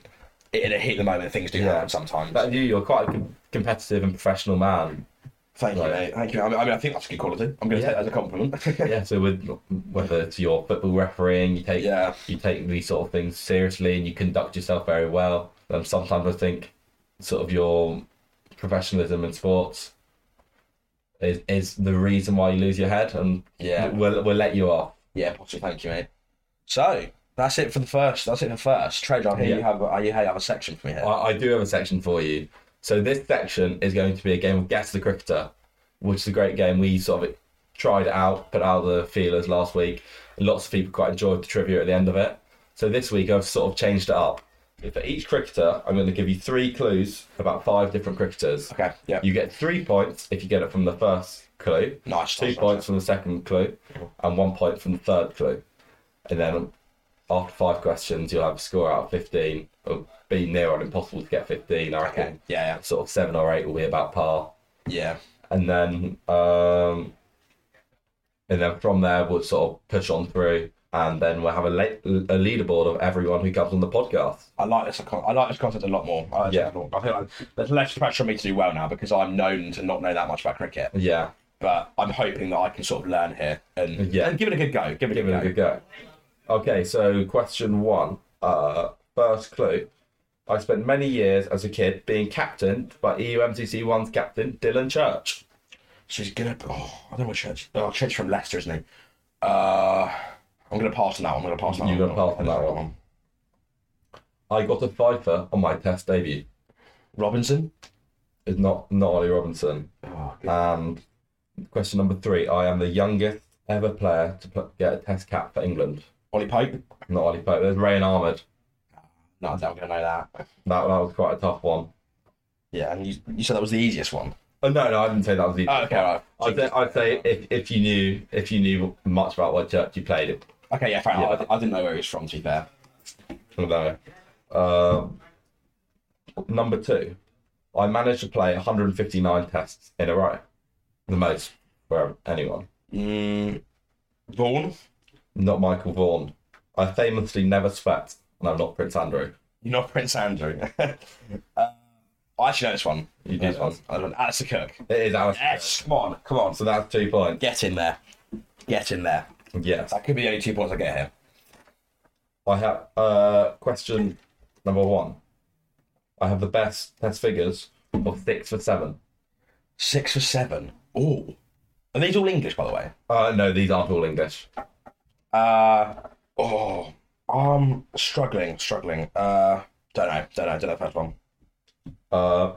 A: in a hit the moment, things do
B: Yeah.
A: happen sometimes.
B: But you, you're quite a com- competitive and professional man.
A: Thank you,
B: Right.
A: mate. Thank you. I mean, I, mean, I think that's a good quality. I'm going to
B: Yeah.
A: take that as a compliment.
B: yeah, so with whether it's your football refereeing, you take
A: Yeah.
B: you take these sort of things seriously and you conduct yourself very well. And sometimes I think sort of your professionalism in sports is is the reason why you lose your head, and
A: Yeah.
B: we'll we'll let you off.
A: Yeah, possibly. Thank you, mate. So that's it for the first. That's it for first. Treasure, I hear
B: Yeah.
A: you have. I hear you have a section for me here.
B: I, I do have a section for you. So this section is going to be a game of Guess the Cricketer, which is a great game. We sort of tried it out, put out the feelers last week. Lots of people quite enjoyed the trivia at the end of it. So this week I've sort of changed it up. For each cricketer, I'm going to give you three clues about five different cricketers.
A: okay. Yeah.
B: You get three points if you get it from the first clue,
A: Nice.
B: two
A: nice, nice,
B: points from the second clue, and one point from the third clue. And then after five questions, you'll have a score out of 15. It'll be near on impossible to get 15, I reckon.
A: Okay. Yeah.
B: Sort of seven or eight will be about par.
A: Yeah. Yeah.
B: And then, um, and then from there, we'll sort of push on through. And then we'll have a, late, a leaderboard of everyone who comes on the podcast.
A: I like this. Con- I like this concept a lot more. I,
B: Yeah.
A: yeah. I feel like there's less pressure on me to do well now because I'm known to not know that much about cricket.
B: Yeah,
A: But I'm hoping that I can sort of learn here and
B: Yeah.
A: and give it a good go. Give it
B: give
A: a
B: it
A: good go.
B: a good go. Okay, so question one. Uh, first clue. I spent many years as a kid being E captained by EUMCC One's captain Dylan Church.
A: She's gonna. Oh, I don't know what church. Oh, church from Leicester, isn't he? Uh, I'm gonna pass on that one. I'm gonna pass on that
B: You're
A: one.
B: gonna pass on that one. I got a fifer on my Test debut.
A: Robinson.
B: It's not not Ollie Robinson.
A: Oh,
B: And question number three. I am the youngest ever player to pl- get a Test cap for England.
A: Ollie Pope.
B: Not Ollie Pope. There's Ray and Ahmed.
A: No, I don't gonna know that.
B: That that was quite a tough one.
A: Yeah, and you, you said that was the easiest one.
B: Oh, no, no, I didn't say that was the.
A: Oh, okay, right.
B: I'd say, I'd say if, if you knew if you knew much about what church you played, it
A: Okay, yeah, fair enough.
B: Yeah.
A: I, di- I didn't know where he was from. To be fair.
B: No. Um, number two, I managed to play 159 tests in a row, the most for anyone.
A: Mm, Vaughan,
B: Not Michael Vaughan. I famously never sweat, and I'm not Prince Andrew.
A: you're not Prince Andrew. uh, I actually know this one.
B: You do
A: This one.
B: this.
A: I don't. Alistair Kirk.
B: It is Alistair.
A: Yes, come on, come on.
B: So that's two points.
A: Get in there. Get in there.
B: Yes.
A: That could be the only two points I get here.
B: I have uh, question number one. I have the best test figures of six for seven.
A: Six for seven. Ooh. Are these all English, by the way?
B: Uh, no, these aren't all English.
A: Uh, oh, I'm struggling, struggling. Uh, don't know, don't know, don't know the first one.
B: Uh,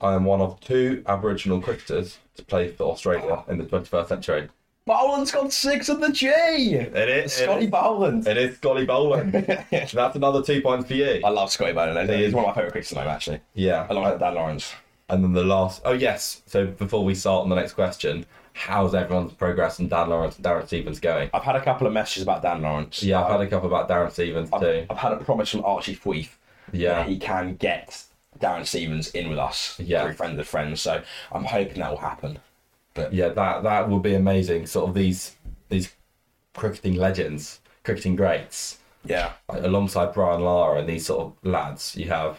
B: I am one of two Aboriginal cricketers to play for Australia in the 21st century.
A: Boland's got six on the G. It
B: is, it
A: Scotty
B: is.
A: Boland.
B: It is Scotty Bowling. That's another two points for you.
A: I love Scotty Boland.
B: He
A: He's
B: is.
A: one of my favourite cricketers at the moment, actually.
B: Yeah.
A: I like Dan Lawrence.
B: And then the last. Oh, yes. So before we start on the next question, how's everyone's progress and Dan Lawrence and Darren Stevens going?
A: I've had a couple of messages about Dan Lawrence.
B: Yeah, I've had a couple about Darren Stevens too.
A: I've had a promise from Archie Thwaites that
B: Yeah.
A: he can get Darren Stevens in with us
B: Yeah.
A: through friends of friends. So I'm hoping that will happen.
B: Yeah, that that would be amazing. Sort of these these cricketing legends, cricketing greats,
A: Yeah.
B: like, alongside Brian Lara and these sort of lads. You have,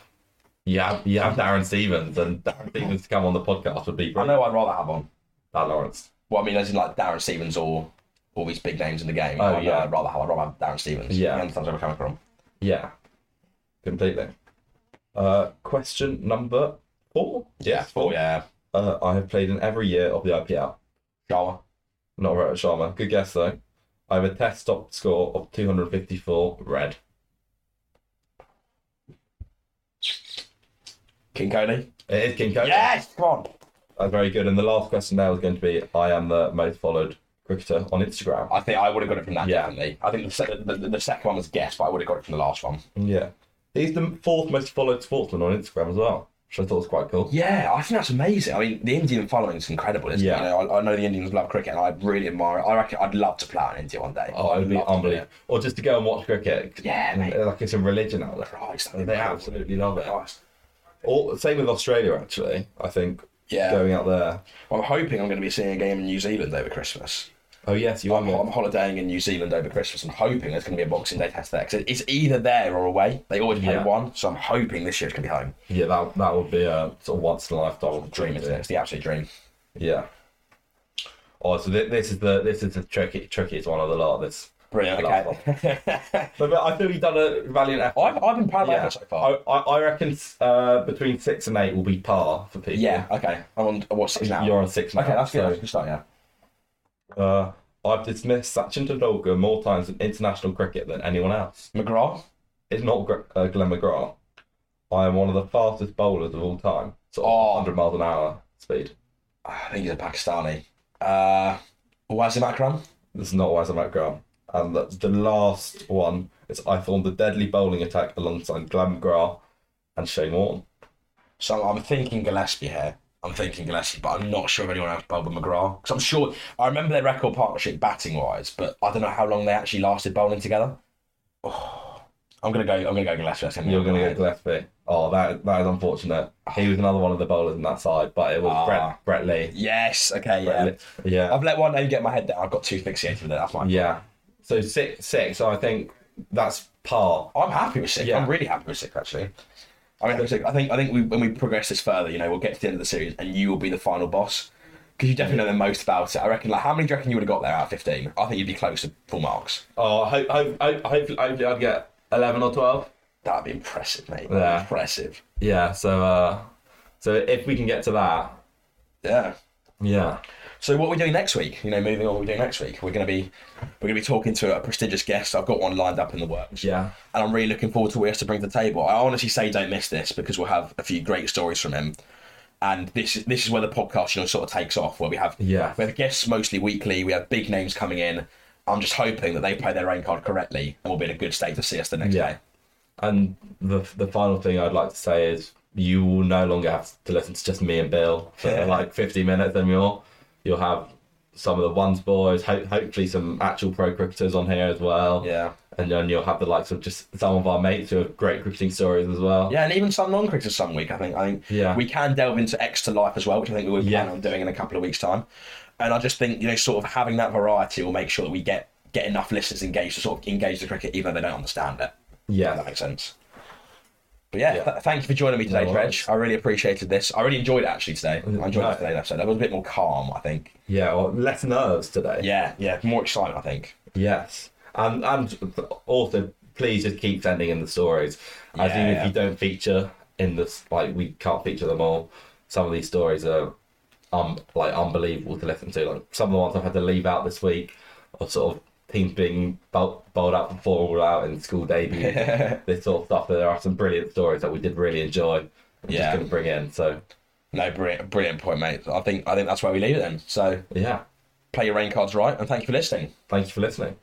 B: you have, you have Darren Stevens, and Darren Stevens to come on the podcast would be
A: I
B: great.
A: know I'd rather have on.
B: Dan Lawrence.
A: Well, I mean, as in like Darren Stevens or all these big names in the game.
B: Oh,
A: I know
B: yeah.
A: I'd rather have, I'd rather have Darren Stevens.
B: Yeah.
A: He understands where we're coming from.
B: Yeah, completely. Uh, question number four.
A: Yeah. Four, Oh, yeah.
B: Uh, I have played in every year of the IPL.
A: Sharma.
B: Not Rohit Sharma. Good guess though. I have a test top score of 254 red.
A: King Cody.
B: It is King Kobe.
A: Yes! Come on.
B: That's very good. And the last question now is going to be I am the most followed cricketer on Instagram.
A: I think I would have got it from that,
B: Yeah.
A: definitely. I think the, sec- the, the, the second one was guess, but I would have got it from the last one.
B: Yeah. He's the fourth most followed sportsman on Instagram as well, which I thought was quite cool.
A: Yeah, I think that's amazing. I mean, the Indian following is incredible, isn't
B: Yeah.
A: it? You know, I, I know the Indians love cricket, and I really admire it. I reckon I'd love to play out in India one day.
B: Oh, it would be
A: Love to do
B: unbelievable. Or just to go and watch cricket.
A: Yeah, mate.
B: Like it's a religion out
A: it.
B: there.
A: Christ, that'd be
B: They
A: incredible.
B: absolutely love it.
A: Christ.
B: Or, same with Australia, actually, I think.
A: Yeah.
B: Going out there.
A: I'm hoping I'm going to be seeing a game in New Zealand over Christmas.
B: Oh, yes, you are.
A: I'm, I'm holidaying in New Zealand over Christmas. I'm hoping there's going to be a Boxing Day test there. 'cause it- it's either there or away. They always play
B: Yeah.
A: one, so I'm hoping this year it's going to be home.
B: Yeah, that, that would be a sort of once in a lifetime
A: Dream, isn't it? It's the absolute dream.
B: Yeah. Oh, so thi- this is the this is the tricky trickiest one of the lot. This,
A: Brilliant.
B: Last
A: Okay. I've,
B: but, but I feel you've done a valiant effort.
A: I've been proud of my
B: Yeah,
A: effort so far.
B: I, I I reckon uh, between six and eight will be par for people.
A: yeah, okay. I'm on what's six now.
B: you're on six now.
A: okay, that's good.
B: so,
A: That's a good start, yeah.
B: Uh, I've dismissed Sachin Tendulkar more times in international cricket than anyone else.
A: McGraw?
B: It's not Gr- uh, Glenn McGrath. I am one of the fastest bowlers of all time, sort of
A: Oh.
B: 100 miles an hour speed.
A: I think he's a Pakistani. Uh, Wazim Akram?
B: This is not why I'm McGrath. And the, the last one is I formed a deadly bowling attack alongside Glenn McGrath and Shane Warne.
A: So I'm thinking Gillespie here. I'm thinking Gillespie, but I'm not sure if anyone else bowled with McGrath. Because I'm sure I remember their record partnership batting wise, but I don't know how long they actually lasted bowling together. Oh, I'm gonna go. I'm gonna go Gillespie. That's
B: You're going to get Gillespie. Oh, that that is unfortunate. He was another one of the bowlers on that side, but it was
A: Ah.
B: Brett, Brett Lee.
A: Yes. Okay. Yeah.
B: Brett Lee. Yeah.
A: I've let one name get in my head down. I've got too fixated with it. That's fine.
B: Yeah. So six, six. I think that's par.
A: I'm happy with six.
B: Yeah.
A: I'm really happy with six actually. I mean, I think I think, I think we, when we progress this further, you know, we'll get to the end of the series, and you will be the final boss because you definitely know the most about it. I reckon. Like, how many do you reckon you would have got there out of fifteen? I think you'd be close to full marks.
B: Oh, hope, hope, hope, hopefully, hopefully I'd get eleven or twelve.
A: That'd be impressive, mate.
B: Yeah.
A: Impressive.
B: Yeah. So, uh, so if we can get to that,
A: Yeah.
B: yeah,
A: So what are we doing next week? You know, moving on, what we're doing next week. We're gonna be we're gonna be talking to a prestigious guest. I've got one lined up in the works.
B: yeah,
A: And I'm really looking forward to what he has to bring to the table. I honestly say don't miss this because we'll have a few great stories from him. And this is this is where the podcast, you know, sort of takes off, where we have
B: Yeah.
A: we have guests mostly weekly, we have big names coming in. I'm just hoping that they play their own card correctly and we'll be in a good state to see us the next
B: yeah.
A: day.
B: And the the final thing I'd like to say is you will no longer have to listen to just me and Bill for like fifty minutes and more. You'll have some of the ones boys, ho- hopefully some actual pro cricketers on here as well.
A: Yeah.
B: And then you'll have the likes of just some of our mates who have great cricketing stories as well.
A: Yeah, and even some non-cricketers some week. I think I think
B: Yeah.
A: we can delve into extra life as well, which I think we will plan
B: Yeah.
A: on doing in a couple of weeks' time. And I just think you know, sort of having that variety will make sure that we get get enough listeners engaged to sort of engage the cricket, even though they don't understand it. If that
B: Yeah.
A: makes sense. But yeah,
B: Yeah.
A: th- thank you for joining me today,
B: No
A: Dredge.
B: worries.
A: I really appreciated this. I really enjoyed it actually today. I enjoyed
B: No.
A: today's episode. I was a bit more calm, I think.
B: Yeah. Well, less nerves today.
A: Yeah, yeah, more excitement, I think.
B: Yes, and and also please just keep sending in the stories, as
A: Yeah,
B: even
A: yeah.
B: if you don't feature in this, like we can't feature them all. Some of these stories are um like unbelievable to listen to. Like some of the ones I've had to leave out this week, or sort of teams being bowled, bowled out before all out in school debut, this sort of stuff. There are some brilliant stories that we did really enjoy. We're
A: Yeah.
B: just gonna bring in. So
A: No, brilliant, brilliant point, mate. I think I think that's where we leave it then. So
B: yeah,
A: play your rain cards right, and thank you for listening.
B: thank you for listening.